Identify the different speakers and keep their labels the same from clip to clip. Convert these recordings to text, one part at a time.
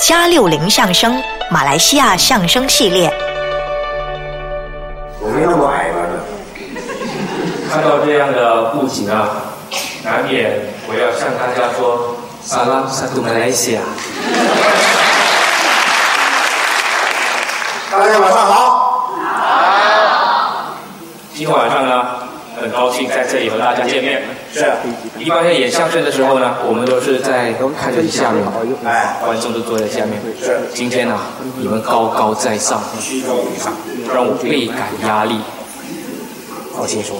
Speaker 1: 加六零相声马来西亚相声系列。
Speaker 2: 我没那么矮吧？
Speaker 3: 看到这样的布景啊，难免我要向大家说 “salam satu Malaysia”。
Speaker 2: 大家晚上好。
Speaker 3: 今天晚上呢，很高兴在这里和大家见面。
Speaker 2: 是，
Speaker 3: 一般在演相声的时候呢，我们都是在看着下面，
Speaker 2: 哎，
Speaker 3: 观众都坐在下面。
Speaker 2: 是
Speaker 3: 今天呢，你们高高在上，
Speaker 2: 虚构一场。
Speaker 3: 让我倍感压力。放轻松，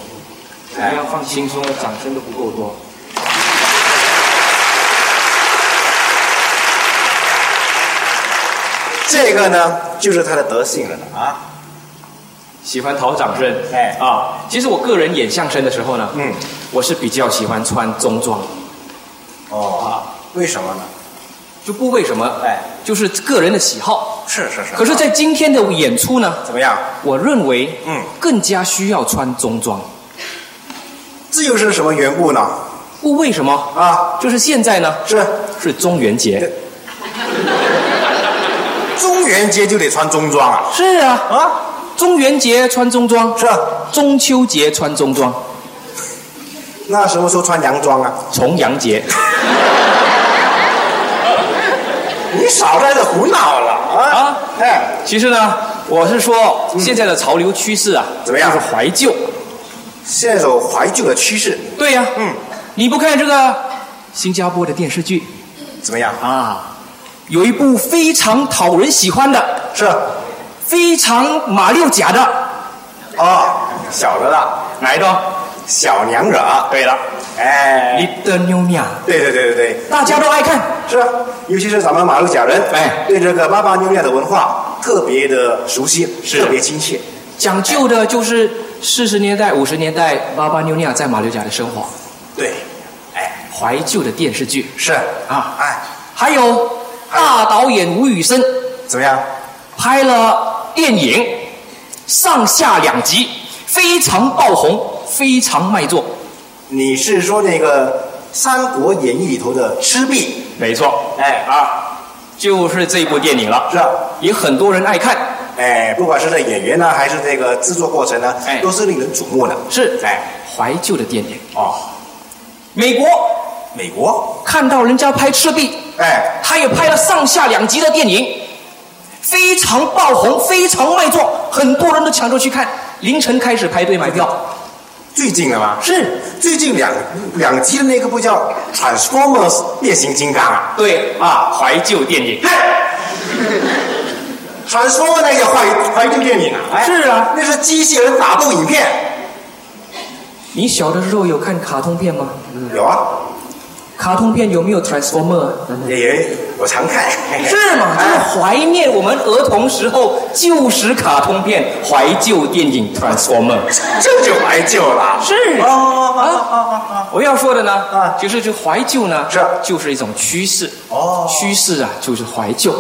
Speaker 2: 哎
Speaker 3: 不要放轻松，掌声都不够多。
Speaker 2: 这个呢，就是他的德性了呢啊。
Speaker 3: 喜欢讨掌声，
Speaker 2: 哎
Speaker 3: 啊，其实我个人演相声的时候呢，
Speaker 2: 嗯，
Speaker 3: 我是比较喜欢穿中装，
Speaker 2: 哦，为什么呢？
Speaker 3: 就不为什么，
Speaker 2: 哎，
Speaker 3: 就是个人的喜好。
Speaker 2: 是是是。
Speaker 3: 可是，在今天的演出呢，
Speaker 2: 怎么样？
Speaker 3: 我认为，
Speaker 2: 嗯，
Speaker 3: 更加需要穿中装。
Speaker 2: 这又是什么缘故呢？
Speaker 3: 不为什么，
Speaker 2: 啊，
Speaker 3: 就是现在呢
Speaker 2: 是
Speaker 3: 是中元节，
Speaker 2: 中元节就得穿中装啊。
Speaker 3: 是啊，
Speaker 2: 啊，
Speaker 3: 中元节穿中装，
Speaker 2: 是。啊
Speaker 3: 中秋节穿中装，
Speaker 2: 那什么时候穿洋装啊？
Speaker 3: 重阳节，
Speaker 2: 你少在这胡闹了啊
Speaker 3: 啊！
Speaker 2: 哎，
Speaker 3: 其实呢，我是说现在的潮流趋势啊，
Speaker 2: 嗯怎么样
Speaker 3: 就是怀旧，
Speaker 2: 现在有怀旧的趋势，
Speaker 3: 对呀、
Speaker 2: 嗯，
Speaker 3: 你不看这个新加坡的电视剧
Speaker 2: 怎么样？
Speaker 3: 啊，有一部非常讨人喜欢的，
Speaker 2: 是
Speaker 3: 非常马六甲的，
Speaker 2: 哦，晓得了，
Speaker 3: 哪一个？
Speaker 2: 小娘惹。
Speaker 3: 对了，
Speaker 2: 哎，
Speaker 3: 你的妞娘，
Speaker 2: 对对对对对。
Speaker 3: 大家都爱看，
Speaker 2: 是啊，尤其是咱们马六甲人，
Speaker 3: 哎
Speaker 2: 对这个巴巴妞妞的文化特别的熟悉，
Speaker 3: 是
Speaker 2: 特别亲切。
Speaker 3: 讲究的就是四十年代、五十年代巴巴妞娘在马六甲的生活，
Speaker 2: 对，哎，
Speaker 3: 怀旧的电视剧，
Speaker 2: 是
Speaker 3: 啊
Speaker 2: 哎，
Speaker 3: 还有大导演吴宇森
Speaker 2: 怎么样？
Speaker 3: 拍了电影，上下两集，非常爆红，非常卖座。
Speaker 2: 你是说那个《三国演义》里头的赤壁？
Speaker 3: 没错，
Speaker 2: 哎啊，
Speaker 3: 就是这部电影了，
Speaker 2: 是啊，
Speaker 3: 也很多人爱看。
Speaker 2: 哎，不管是这演员呢，还是这个制作过程呢，
Speaker 3: 哎
Speaker 2: 都是令人瞩目的。
Speaker 3: 是
Speaker 2: 哎，
Speaker 3: 怀旧的电影。
Speaker 2: 哦，
Speaker 3: 美国
Speaker 2: 美国，
Speaker 3: 看到人家拍《赤壁》，
Speaker 2: 哎，
Speaker 3: 他也拍了上下两集的电影，非常爆红，非常卖座，很多人都抢着去看，凌晨开始排队买票。
Speaker 2: 最近的吗？
Speaker 3: 是，
Speaker 2: 最近两两集的那个不叫《Transformers》变形金刚啊？
Speaker 3: 对啊，怀旧电影。
Speaker 2: 传说的那个怀怀旧电影啊，哎
Speaker 3: 是啊，
Speaker 2: 那是机器人打斗影片。
Speaker 3: 你小的时候有看卡通片吗？
Speaker 2: 有啊，
Speaker 3: 卡通片有没有 Transformer？
Speaker 2: 也也我常看。
Speaker 3: 是吗？就是
Speaker 2: 哎
Speaker 3: 怀念我们儿童时候旧时卡通片、怀旧电影 Transformer。啊
Speaker 2: 这就怀旧了。
Speaker 3: 是
Speaker 2: 哦哦哦哦
Speaker 3: 我要说的呢，
Speaker 2: 啊
Speaker 3: 其实就怀旧呢，
Speaker 2: 是
Speaker 3: 就是啊一种趋势。
Speaker 2: 哦
Speaker 3: 趋势啊，就是怀旧，
Speaker 2: 哦，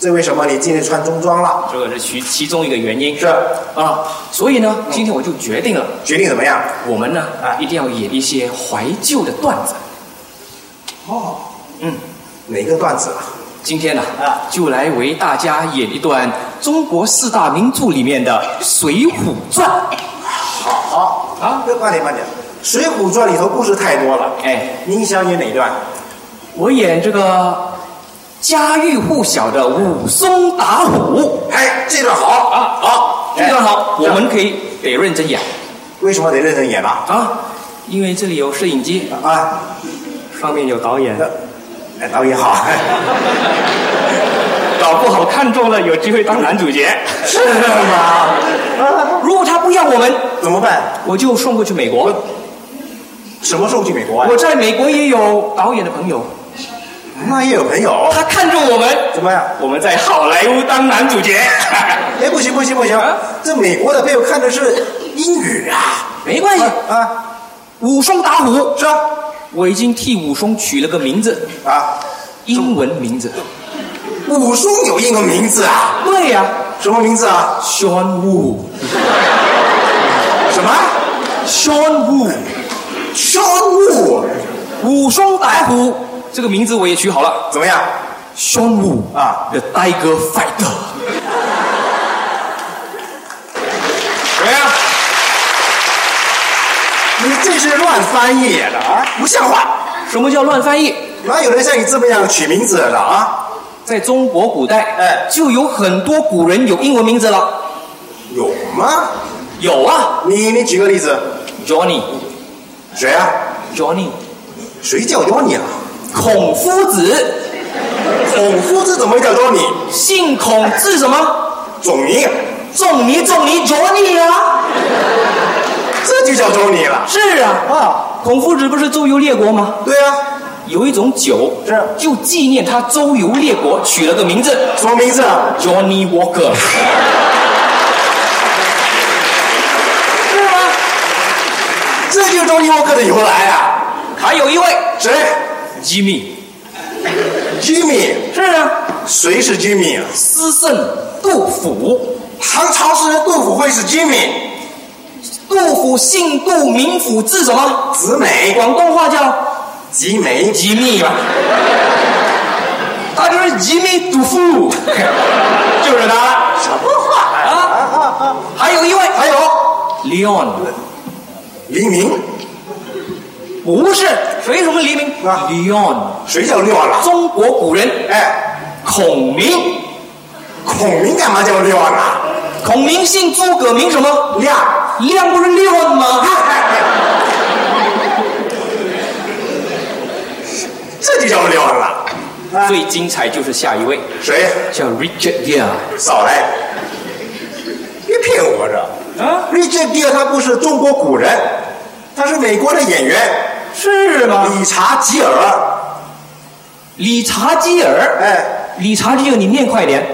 Speaker 2: 这为什么你今天穿中装了？
Speaker 3: 这个是其其中一个原因。
Speaker 2: 是
Speaker 3: 啊，所以呢，今天我就决定了，
Speaker 2: 决定怎么样？
Speaker 3: 我们呢
Speaker 2: 啊
Speaker 3: 一定要演一些怀旧的段子。
Speaker 2: 哦，
Speaker 3: 嗯，
Speaker 2: 哪个段子啊？
Speaker 3: 今天呢
Speaker 2: 啊
Speaker 3: 就来为大家演一段中国四大名著里面的《水浒传》。
Speaker 2: 好
Speaker 3: 啊
Speaker 2: 慢慢点慢点，《水浒传》里头故事太多了。
Speaker 3: 哎，
Speaker 2: 您想演哪段？
Speaker 3: 我演这个家喻户晓的武松打虎。
Speaker 2: 哎，这段好
Speaker 3: 啊，
Speaker 2: 好
Speaker 3: 这段好，
Speaker 2: 哎
Speaker 3: 我们可以得认真演
Speaker 2: 为什么得认真演啊？
Speaker 3: 啊，因为这里有摄影机，
Speaker 2: 啊，
Speaker 3: 上面有导演
Speaker 2: 那哎，导演好。哎
Speaker 3: 搞不好看中了，有机会当男主角。
Speaker 2: 是吗？
Speaker 3: 如果他不要我们，
Speaker 2: 怎么办？
Speaker 3: 我就送过去美国。
Speaker 2: 什么时候去美国啊
Speaker 3: 我？在美国也有导演的朋友，
Speaker 2: 那也有朋友。
Speaker 3: 他看中我们，
Speaker 2: 怎么样？
Speaker 3: 我们在好莱坞当男主角。
Speaker 2: 哎，不行不行不行
Speaker 3: 啊！
Speaker 2: 这美国的朋友看的是英语啊！
Speaker 3: 没关系，
Speaker 2: 啊，
Speaker 3: 武松打虎，
Speaker 2: 是啊
Speaker 3: 我已经替武松取了个名字，
Speaker 2: 啊，
Speaker 3: 英文名字。
Speaker 2: 武松有英文名字啊？
Speaker 3: 对呀、
Speaker 2: 什么名字啊？
Speaker 3: Sean Wu，Sean
Speaker 2: 什么？
Speaker 3: Wu，
Speaker 2: 商务
Speaker 3: 武松打虎这个名字我也取好了，
Speaker 2: 怎么样？
Speaker 3: 宣武
Speaker 2: 啊
Speaker 3: ，The Tiger Fighter。
Speaker 2: 怎么样？你这是乱翻译的啊，不像话！
Speaker 3: 什么叫乱翻译？
Speaker 2: 哪有人像你这么样取名字的啊？
Speaker 3: 在中国古代，
Speaker 2: 哎
Speaker 3: 就有很多古人有英文名字了。
Speaker 2: 有吗？
Speaker 3: 有啊
Speaker 2: 你你举个例子，
Speaker 3: ，Johnny、
Speaker 2: 谁啊？
Speaker 3: Johnny，
Speaker 2: 谁叫 Johnny 啊？
Speaker 3: 孔夫子，
Speaker 2: 孔夫子怎么会叫 Johnny？
Speaker 3: 姓孔字什么？
Speaker 2: 仲尼，
Speaker 3: 仲尼仲尼 Johnny 啊，
Speaker 2: 这就叫 Johnny 了。
Speaker 3: 是啊，
Speaker 2: 啊，
Speaker 3: 孔夫子不是周游列国吗？
Speaker 2: 对啊，
Speaker 3: 有一种酒，
Speaker 2: 是
Speaker 3: 就纪念他周游列国，取了个名字
Speaker 2: 什么名字啊？
Speaker 3: Johnny Walker，
Speaker 2: 是吗？这就是 Johnny Walker 的由来啊。
Speaker 3: 还有一位
Speaker 2: 谁
Speaker 3: Jimmy，
Speaker 2: ？Jimmy，
Speaker 3: 是啊，
Speaker 2: 谁是 Jimmy 啊？
Speaker 3: 诗圣杜甫。
Speaker 2: 唐朝诗人杜甫会是 Jimmy，
Speaker 3: 杜甫姓杜，名甫，字什么？
Speaker 2: 子美、
Speaker 3: 广东话叫
Speaker 2: 吉美、
Speaker 3: 吉密嘛，他就是吉密杜甫
Speaker 2: 就是他。什么话呀、
Speaker 3: 啊。还有一位
Speaker 2: 还有
Speaker 3: Leon，
Speaker 2: 黎明，
Speaker 3: 不是，谁什么黎明
Speaker 2: 啊
Speaker 3: ？Leon，
Speaker 2: 谁叫六啊？
Speaker 3: 中国古人
Speaker 2: 哎，
Speaker 3: 孔明，
Speaker 2: 孔明干嘛叫六啊？
Speaker 3: 孔明姓诸葛名什么？
Speaker 2: 亮。
Speaker 3: 亮不是 Leon 吗？哎
Speaker 2: 这就叫撩人了。
Speaker 3: 哎最精彩就是下一位
Speaker 2: 谁？
Speaker 3: 叫 Richard Gere，
Speaker 2: 少来！别骗我这！
Speaker 3: 啊，
Speaker 2: Richard Gere 他不是中国古人，他是美国的演员
Speaker 3: 是吗？
Speaker 2: 理查吉尔。
Speaker 3: 理查基尔，
Speaker 2: 哎，
Speaker 3: 理查基尔，你念快点，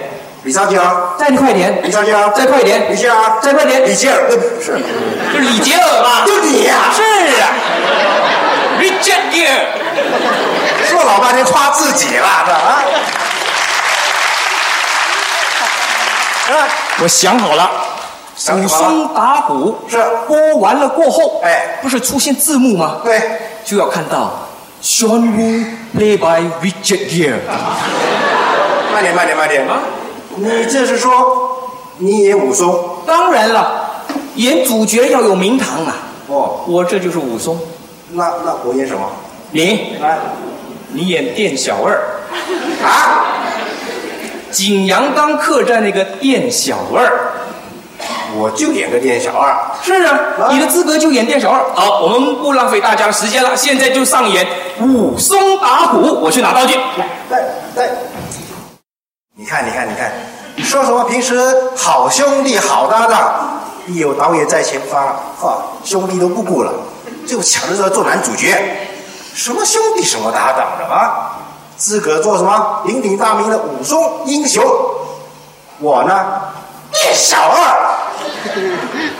Speaker 2: 理查吉尔，
Speaker 3: 再快点，
Speaker 2: 理查吉尔，
Speaker 3: 再快点
Speaker 2: 李，吉尔，
Speaker 3: 再快 点，
Speaker 2: 李吉尔，呃是
Speaker 3: 是李杰尔吗？
Speaker 2: 啊就你呀、
Speaker 3: 是啊，Richard Gere。
Speaker 2: 说老半天夸自己了，这啊。啊
Speaker 3: 我想好了，
Speaker 2: 想
Speaker 3: 武
Speaker 2: 好了，
Speaker 3: 松打虎
Speaker 2: 是
Speaker 3: 播完了过后，
Speaker 2: 哎
Speaker 3: 不是出现字幕吗？
Speaker 2: 对，
Speaker 3: 就要看到 John Woo play by Richard Gere。
Speaker 2: 慢点，慢点，慢点啊！你这是说你演武松？
Speaker 3: 当然了，演主角要有名堂啊。
Speaker 2: 哦，
Speaker 3: 我这就是武松，
Speaker 2: 那那我演什么？
Speaker 3: 你
Speaker 2: 来
Speaker 3: 你演店小二，
Speaker 2: 啊！
Speaker 3: 景阳冈客栈那个店小二。
Speaker 2: 我就演个店小二。
Speaker 3: 是啊，
Speaker 2: 啊
Speaker 3: 你的资格就演店小二。好，我们不浪费大家的时间了，现在就上演武松打虎。我去拿道具。
Speaker 2: 来来，你看，你看，你看，说什么平时好兄弟、好搭档，一有导演在前方啊，兄弟都不顾了，就抢着要做男主角。什么兄弟，什么搭档的啊？自个儿做什么鼎鼎大名的武松英雄，我呢，店小二。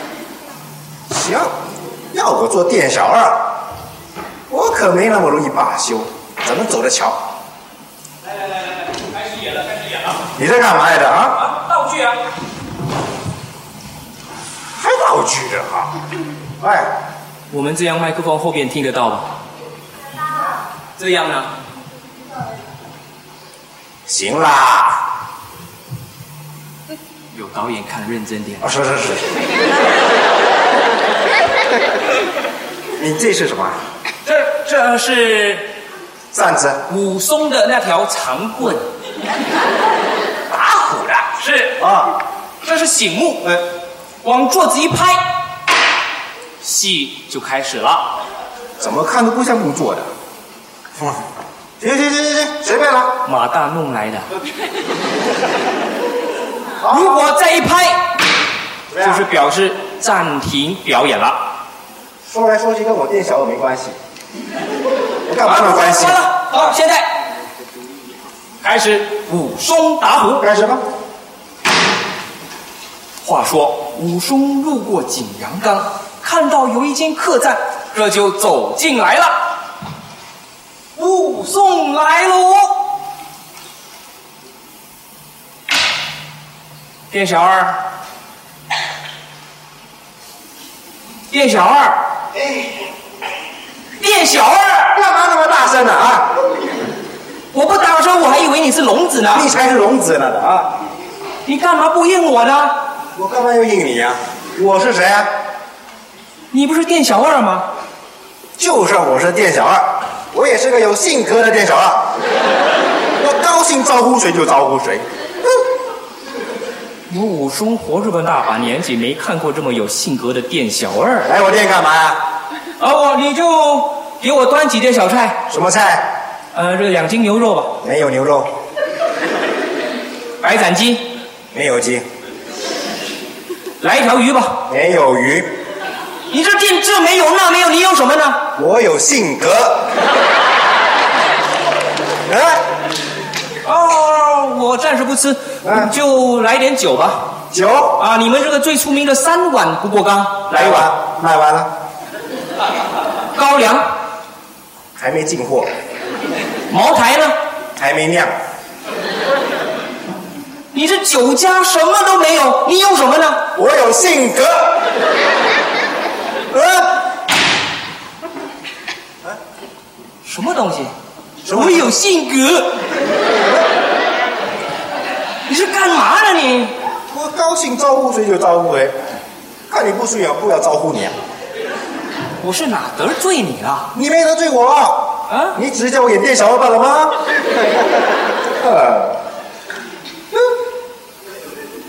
Speaker 2: 行，要我做店小二，我可没那么容易罢休，咱们走着瞧。
Speaker 3: 开始演了，开始演了。
Speaker 2: 你在干嘛来着啊？
Speaker 3: 啊，道具啊，
Speaker 2: 还道具的哈？哎，
Speaker 3: 我们这样麦克风后边听得到吗？这样啊呢？
Speaker 2: 行啦，
Speaker 3: 有导演看认真点。
Speaker 2: 啊，是是 是。你这是什么？
Speaker 3: 这这是
Speaker 2: 扇子，
Speaker 3: 武松的那条长棍，
Speaker 2: 打虎的
Speaker 3: 是，
Speaker 2: 啊？
Speaker 3: 这是醒目，
Speaker 2: 呃，
Speaker 3: 往桌子一拍，戏就开始了。
Speaker 2: 怎么看都不像工作的。嗯行行行行行，随便了。
Speaker 3: 马大弄来的，
Speaker 2: 啊
Speaker 3: 如果再一拍，
Speaker 2: 对啊
Speaker 3: 就是表示暂停表演了。
Speaker 2: 说来说去跟我店小二没关 系，我干嘛没关系
Speaker 3: 完？了，好，现在开始武松打虎。
Speaker 2: 干什么？
Speaker 3: 话说武松路过景阳冈，看到有一间客栈，这就走进来了。武松来喽！店小二，店小二，店小二，
Speaker 2: 干嘛那么大声呢啊？
Speaker 3: 我不打的时候，我还以为你是聋子呢。
Speaker 2: 你才是聋子呢啊！
Speaker 3: 你干嘛不应我呢？
Speaker 2: 我干嘛要应你呀、我是谁啊？
Speaker 3: 你不是店小二吗？
Speaker 2: 就是我是店小二，我也是个有性格的店小二。我高兴招呼谁就招呼谁。
Speaker 3: 我武松活这么大把年纪，没看过这么有性格的店小二。
Speaker 2: 来我店干嘛呀？
Speaker 3: 啊，我你就给我端几碟小菜，
Speaker 2: 什么菜？
Speaker 3: 呃，这个两斤牛肉吧，
Speaker 2: 没有牛肉，
Speaker 3: 白斩鸡，
Speaker 2: 没有鸡，
Speaker 3: 来一条鱼吧。
Speaker 2: 没有鱼。
Speaker 3: 你这店这没有那没有，你有什么呢？
Speaker 2: 我有性格。啊，
Speaker 3: 哦，我暂时不吃，
Speaker 2: 嗯
Speaker 3: 就来点酒吧。
Speaker 2: 酒
Speaker 3: 啊，你们这个最出名的三碗不过冈，来一碗
Speaker 2: 碗，卖完了，
Speaker 3: 高粱，
Speaker 2: 还没进货，
Speaker 3: 茅台呢？
Speaker 2: 还没酿，
Speaker 3: 你这酒家什么都没有，你有什么呢？
Speaker 2: 我有性格。啊，
Speaker 3: 什么东西？
Speaker 2: 什么
Speaker 3: 我有性格。你是干嘛呢你？
Speaker 2: 我高兴招呼谁就招呼谁，看你不顺眼，不要招呼你啊！
Speaker 3: 我是哪得罪你了？
Speaker 2: 你没得罪我啊
Speaker 3: 啊！
Speaker 2: 你只是叫我演店小老板了吗？呃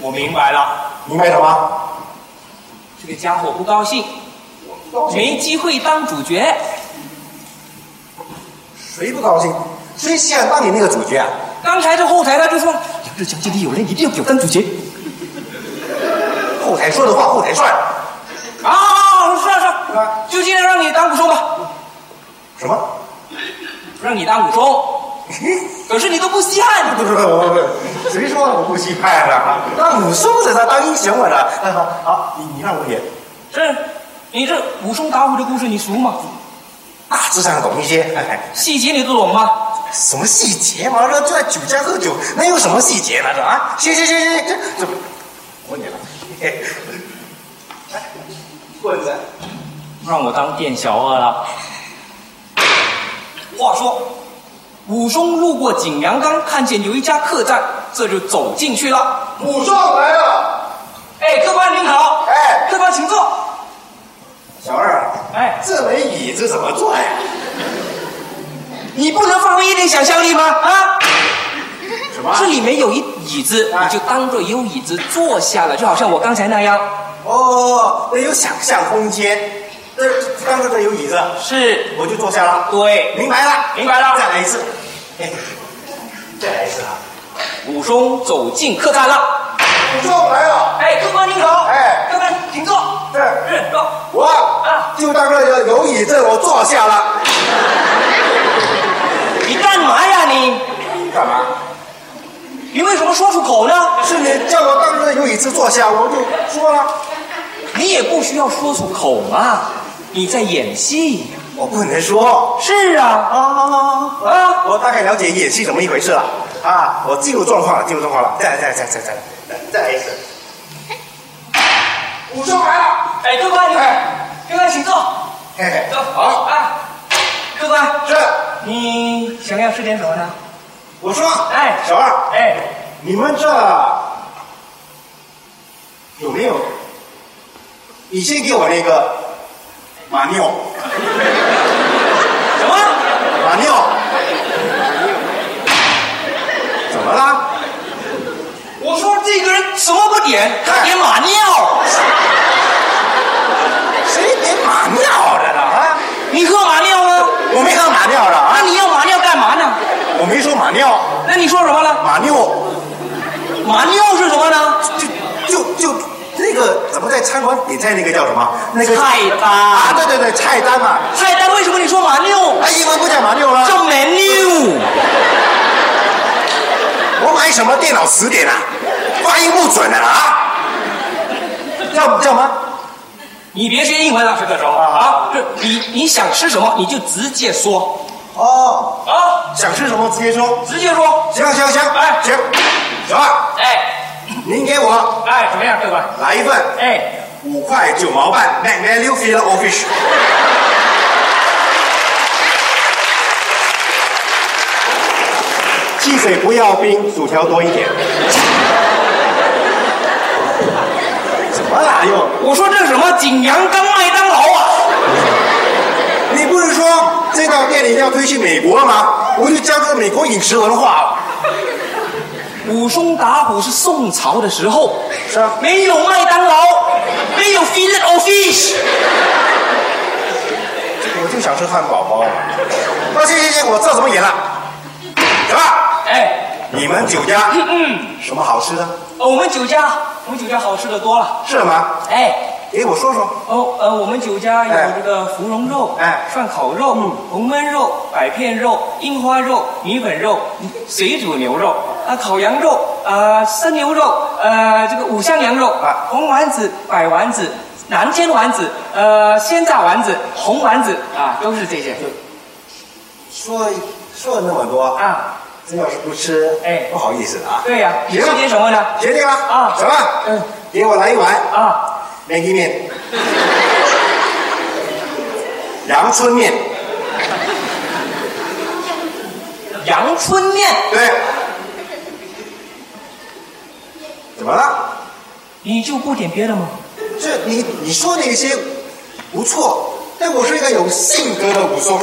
Speaker 3: 我明白了，
Speaker 2: 明白了吗？
Speaker 3: 这个家伙不高兴，没机会当主角。
Speaker 2: 谁不高兴？谁想当你那个主角啊？
Speaker 3: 刚才这后台他就说，啊杨志强今天有人一定要给我当主角。
Speaker 2: 后台说的话，后台算。
Speaker 3: 啊，是啊是啊
Speaker 2: 啊，
Speaker 3: 就今天让你当武松吧，
Speaker 2: 什么？
Speaker 3: 让你当武松。 可是你都不稀罕，
Speaker 2: 不不不不，谁说我不稀罕了？当武松是他当英雄我呢。好，你你让我演，
Speaker 3: 这你这武松打虎的故事你熟吗？
Speaker 2: 大致上懂一些。
Speaker 3: 细节你都懂吗？
Speaker 2: 什么细节嘛？这就在酒家喝酒，那有什么细节呢？这啊，行行行行，这这，我你了。嘿嘿哎棍子，
Speaker 3: 让我当店小二了。话说，武松路过景阳冈，看见有一家客栈，这就走进去了。
Speaker 2: 武松来了。
Speaker 3: 哎，客官您好，
Speaker 2: 哎
Speaker 3: 客官请坐。
Speaker 2: 小二，啊
Speaker 3: 哎，
Speaker 2: 这枚椅子怎么坐呀？
Speaker 3: 你不能发挥一点想象力吗？啊，
Speaker 2: 什么
Speaker 3: 这里面有一椅子，
Speaker 2: 哎
Speaker 3: 你就当做有椅子坐下了，就好像我刚才那样。
Speaker 2: 哦，那有想象空间。这刚刚这有椅子，
Speaker 3: 是，
Speaker 2: 我就坐下了。
Speaker 3: 对。
Speaker 2: 明白了，
Speaker 3: 明白了
Speaker 2: 再来一次，哎再来一次啊！
Speaker 3: 武松走进客栈了。
Speaker 2: 武松来了，
Speaker 3: 哎，客官您好，
Speaker 2: 哎
Speaker 3: 客官请坐。
Speaker 2: 是
Speaker 3: 是，坐。
Speaker 2: 我
Speaker 3: 啊
Speaker 2: 就当这个有椅子，我坐下了。
Speaker 3: 你干嘛呀你？
Speaker 2: 干嘛？
Speaker 3: 你为什么说出口呢？
Speaker 2: 是你叫我当这有椅子坐下，我就说了，
Speaker 3: 你也不需要说出口嘛，你在演戏。
Speaker 2: 我不能说
Speaker 3: 是啊，
Speaker 2: 啊
Speaker 3: 啊
Speaker 2: 我大概了解演戏怎么一回事了啊！我进入状况了，进入状况了，再来，再来，再来，再来，再来再来一次。武松来了，
Speaker 3: 哎，客官，你
Speaker 2: 哎
Speaker 3: 客官请坐，
Speaker 2: 嘿嘿，
Speaker 3: 坐。好啊，客官，
Speaker 2: 是
Speaker 3: 你想要吃点什么呢？
Speaker 2: 我说，
Speaker 3: 哎
Speaker 2: 小二，
Speaker 3: 哎，
Speaker 2: 你们这有没有？你先给我那个马尿，
Speaker 3: 什么？
Speaker 2: 马尿，怎么了？
Speaker 3: 我说这个人什么不点，他点马尿。
Speaker 2: 谁给马尿的了啊？
Speaker 3: 你喝马尿吗？
Speaker 2: 我没喝马尿的
Speaker 3: 那
Speaker 2: 啊，
Speaker 3: 你要马尿干嘛呢？
Speaker 2: 我没说马尿，
Speaker 3: 那你说什么呢？
Speaker 2: 马尿
Speaker 3: 马尿是什么呢？
Speaker 2: 就就就那个怎么在餐馆点菜那个叫什么？那个
Speaker 3: 菜
Speaker 2: 啊，
Speaker 3: 单，
Speaker 2: 对对对，菜单嘛，
Speaker 3: 菜单为什么你说马尿？
Speaker 2: 哎，英文不叫马尿了。
Speaker 3: 叫 menu。
Speaker 2: 我买什么电脑词典啊？发音不准的啦啊！叫叫吗？
Speaker 3: 你别学英文了，这个时候啊，这你你想吃什么你就直接说
Speaker 2: 哦，
Speaker 3: 啊，
Speaker 2: 想吃什么直接说。
Speaker 3: 直接说。
Speaker 2: 行啊行行，
Speaker 3: 哎
Speaker 2: 行，小二，
Speaker 3: 哎
Speaker 2: 您给我
Speaker 3: 哎，怎么样，客官？
Speaker 2: 来一份
Speaker 3: 哎，
Speaker 2: 五块九毛半 m a g n a l i Filet o Fish。
Speaker 4: 汽水不要冰，薯条多一点。
Speaker 2: 什么啦？又，
Speaker 3: 我说这什么景阳冈麦当劳啊？
Speaker 2: 你不是说这道店一定要推去美国吗？我就教这个美国饮食文化了。
Speaker 3: 武松打虎是宋朝的时候，
Speaker 2: 是啊
Speaker 3: 没有麦当劳，没有 fillet o fish，
Speaker 2: 我就想吃汉堡包。那啊行行行，我知道怎么演了。怎么？
Speaker 3: 哎，
Speaker 2: 你们酒家
Speaker 3: 嗯，
Speaker 2: 什么好吃的？
Speaker 3: 我们酒家，我们酒家好吃的多了，
Speaker 2: 是吗？
Speaker 3: 哎。
Speaker 2: 给我说说。
Speaker 3: 哦，呃，我们酒家有
Speaker 2: 哎
Speaker 3: 这个芙蓉肉、
Speaker 2: 哎
Speaker 3: 涮烤肉、红焖肉、百片肉、樱花肉、米粉肉、水煮牛肉、啊烤羊肉、啊生牛肉、呃这个五香羊肉、
Speaker 2: 啊
Speaker 3: 红丸子、白丸子、南煎丸子、呃鲜榨丸子、红丸子啊，都是这些
Speaker 2: 说说了那么多，
Speaker 3: 啊。
Speaker 2: 真要是不吃，
Speaker 3: 哎
Speaker 2: 不好意思啊。
Speaker 3: 对呀、你
Speaker 2: 行
Speaker 3: 吃点什么呢？
Speaker 2: 决定了
Speaker 3: 啊
Speaker 2: 什么？
Speaker 3: 嗯，
Speaker 2: 给我来一碗
Speaker 3: 啊，
Speaker 2: 面筋面， 阳春面，
Speaker 3: 阳春面。
Speaker 2: 对。怎么了？
Speaker 3: 你就不点别的吗？
Speaker 2: 这你你说那些不错，但我是一个有性格的武松，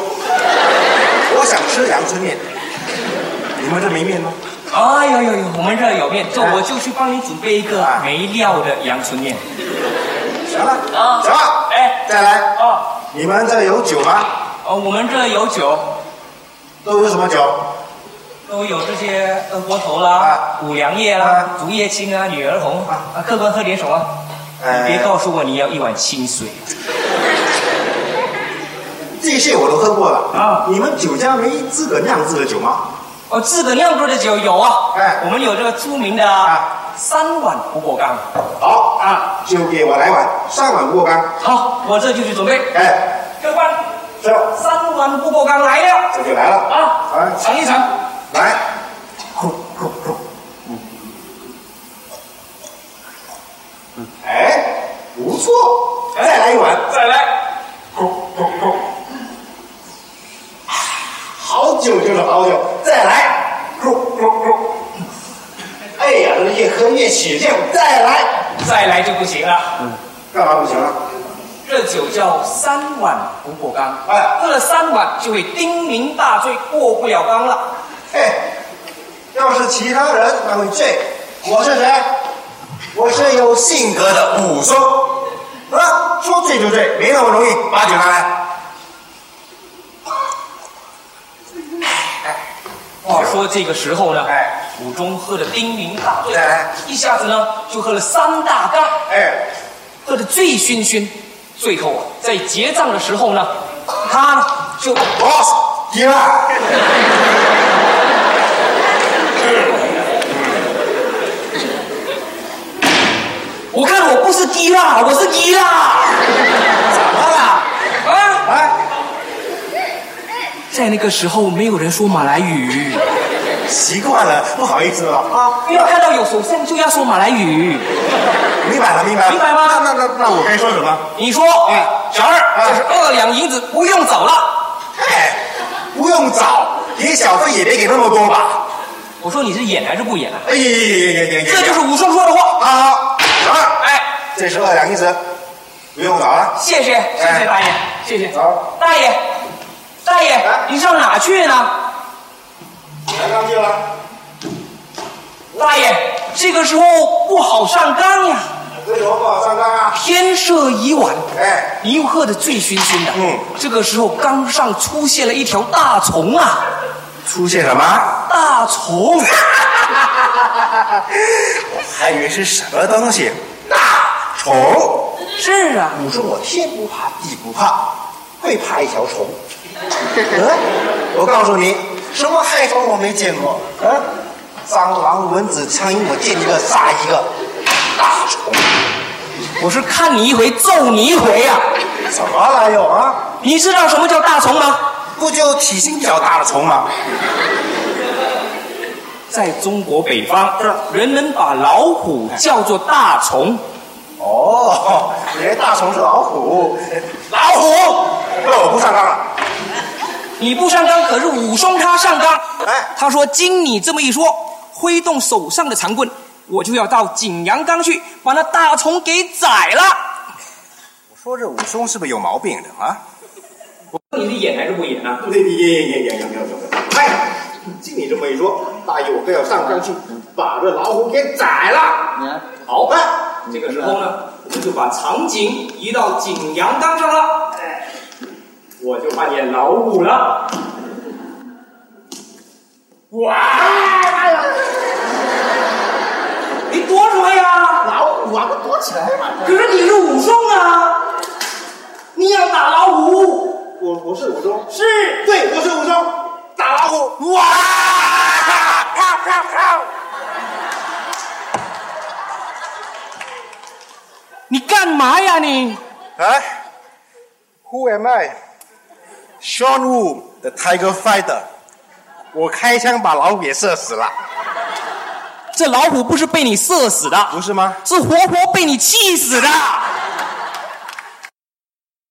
Speaker 2: 我想吃阳春面。你们这没面吗？
Speaker 3: 哎呦呦呦，我们这儿有面，这
Speaker 2: 哎
Speaker 3: 我就去帮你准备一个
Speaker 2: 哎
Speaker 3: 没料的阳春面。
Speaker 2: 行了，
Speaker 3: 啊
Speaker 2: 行了，
Speaker 3: 哎
Speaker 2: 再来。
Speaker 3: 哦，
Speaker 2: 你们这有酒吗？
Speaker 3: 呃，我们这有酒，
Speaker 2: 都有什么酒？
Speaker 3: 都有这些二锅头啦
Speaker 2: 啊、
Speaker 3: 五粮液啦
Speaker 2: 啊、
Speaker 3: 竹叶青啊、女儿红
Speaker 2: 啊
Speaker 3: 啊，客官喝点什么？
Speaker 2: 哎
Speaker 3: 你别告诉我你要一碗清水。
Speaker 2: 这些我都喝过了
Speaker 3: 啊
Speaker 2: 你们酒家没自个酿制的酒吗？
Speaker 3: 哦，自个酿制的酒有啊，
Speaker 2: 哎
Speaker 3: 我们有这个著名的
Speaker 2: 啊
Speaker 3: 三碗不过冈。
Speaker 2: 好啊，就给我来碗上碗过干。
Speaker 3: 好，我这就去准备。
Speaker 2: 哎，
Speaker 3: 客官，
Speaker 2: 这
Speaker 3: 三碗不过冈来了
Speaker 2: 这就来了
Speaker 3: 啊，
Speaker 2: 啊，
Speaker 3: 尝一尝。
Speaker 2: 来，嗯，哎，不错，再来一碗，
Speaker 3: 再来，
Speaker 2: 好酒就是好酒，再来，哎呀，这越喝越起劲，再来，
Speaker 3: 再来就不行了。
Speaker 2: 干嘛不行啊了？
Speaker 3: 这酒叫三碗不过冈，
Speaker 2: 哎
Speaker 3: 喝了三碗就会叮咛大醉，过不了冈了。
Speaker 2: 哎，要是其他人那会醉，我是谁？我是有性格的武松，啊，说醉就醉，没那么容易。把酒拿来，
Speaker 3: 话说这个时候呢，
Speaker 2: 哎，
Speaker 3: 武忠喝的叮咛大醉
Speaker 2: 哎，
Speaker 3: 一下子呢就喝了三大缸，
Speaker 2: 哎，
Speaker 3: 喝得醉醺醺。最后啊，在结账的时候呢，他呢就
Speaker 2: 我赢了。
Speaker 3: 我看我不是低啦，我是低啦，怎么啦？啊！
Speaker 2: 哎，
Speaker 3: 在那个时候没有人说马来语，
Speaker 2: 习惯了，不好意思了啊。
Speaker 3: 因为看到有首相就要说马来语。
Speaker 2: 明白了，明白了，
Speaker 3: 明白吗
Speaker 2: 那那那那我该说什么？
Speaker 3: 你说，
Speaker 2: 哎
Speaker 3: 小二，
Speaker 2: 哎
Speaker 3: 这是二两银子，不用找了。
Speaker 2: 哎，不用找，给小费也别给那么多吧。
Speaker 3: 我说你是演还是不演啊？
Speaker 2: 哎呀呀呀呀呀！
Speaker 3: 这就是武松说的话。
Speaker 2: 啊，小二，
Speaker 3: 哎，
Speaker 2: 这是二两银子，不用找了。
Speaker 3: 谢谢，谢谢大爷，谢谢
Speaker 2: 哎好。
Speaker 3: 大爷，大爷
Speaker 2: 哎，
Speaker 3: 你上哪去呢？
Speaker 2: 来上去了。
Speaker 3: 大爷，这个时候不好上纲呀，
Speaker 2: 为什么不好上当啊？
Speaker 3: 天色已晚。
Speaker 2: 哎，
Speaker 3: 你又喝得醉醺醺的，
Speaker 2: 嗯
Speaker 3: 这个时候缸上出现了一条大虫啊，
Speaker 2: 出现什么？
Speaker 3: 大虫，
Speaker 2: 还以为是什么东西？大虫。
Speaker 3: 是啊，
Speaker 2: 你说我天不怕地不怕，会怕一条虫？ 嗯，我告诉你，什么害虫我没见过。嗯，蟑螂、蚊子、苍蝇，我见一个杀一个。大虫
Speaker 3: 我是看你一回揍你一回呀、
Speaker 2: 怎么了又啊？
Speaker 3: 你知道什么叫大虫吗？
Speaker 2: 不就体型较大的虫吗？
Speaker 3: 在中国北方，人们把老虎叫做大虫，
Speaker 2: 哦，原来大虫是老虎。老虎，那我不上当了。
Speaker 3: 你不上纲可是武松他上纲。
Speaker 2: 哎
Speaker 3: 他说经你这么一说，挥动手上的长棍，我就要到景阳冈去把那大虫给宰了。
Speaker 2: 我说这武松是不是有毛病的啊？
Speaker 3: 你是演还是不演啊？
Speaker 4: 对对，也也也也也没有没有。哎，经你这么一说，大爷我可要上纲去把这老虎给宰了。
Speaker 3: 好办。这个时候呢，我们就把场景移到景阳冈上了。
Speaker 4: 我就扮演老虎了。
Speaker 3: 哇！你躲什么呀？
Speaker 4: 老虎啊，躲起来嘛！
Speaker 3: 可是你是武松啊，你要打老虎
Speaker 4: 我我是武松，
Speaker 3: 是？
Speaker 4: 对，我是武松，打老虎。
Speaker 3: 哇！啪啪啪！你干嘛呀你？
Speaker 2: 哎，Who am I? Sean Wu 的 Tiger Fighter，我开枪把老虎给射死了，
Speaker 3: 这老虎不是被你射死的，
Speaker 2: 不是吗？
Speaker 3: 是活活被你气死的。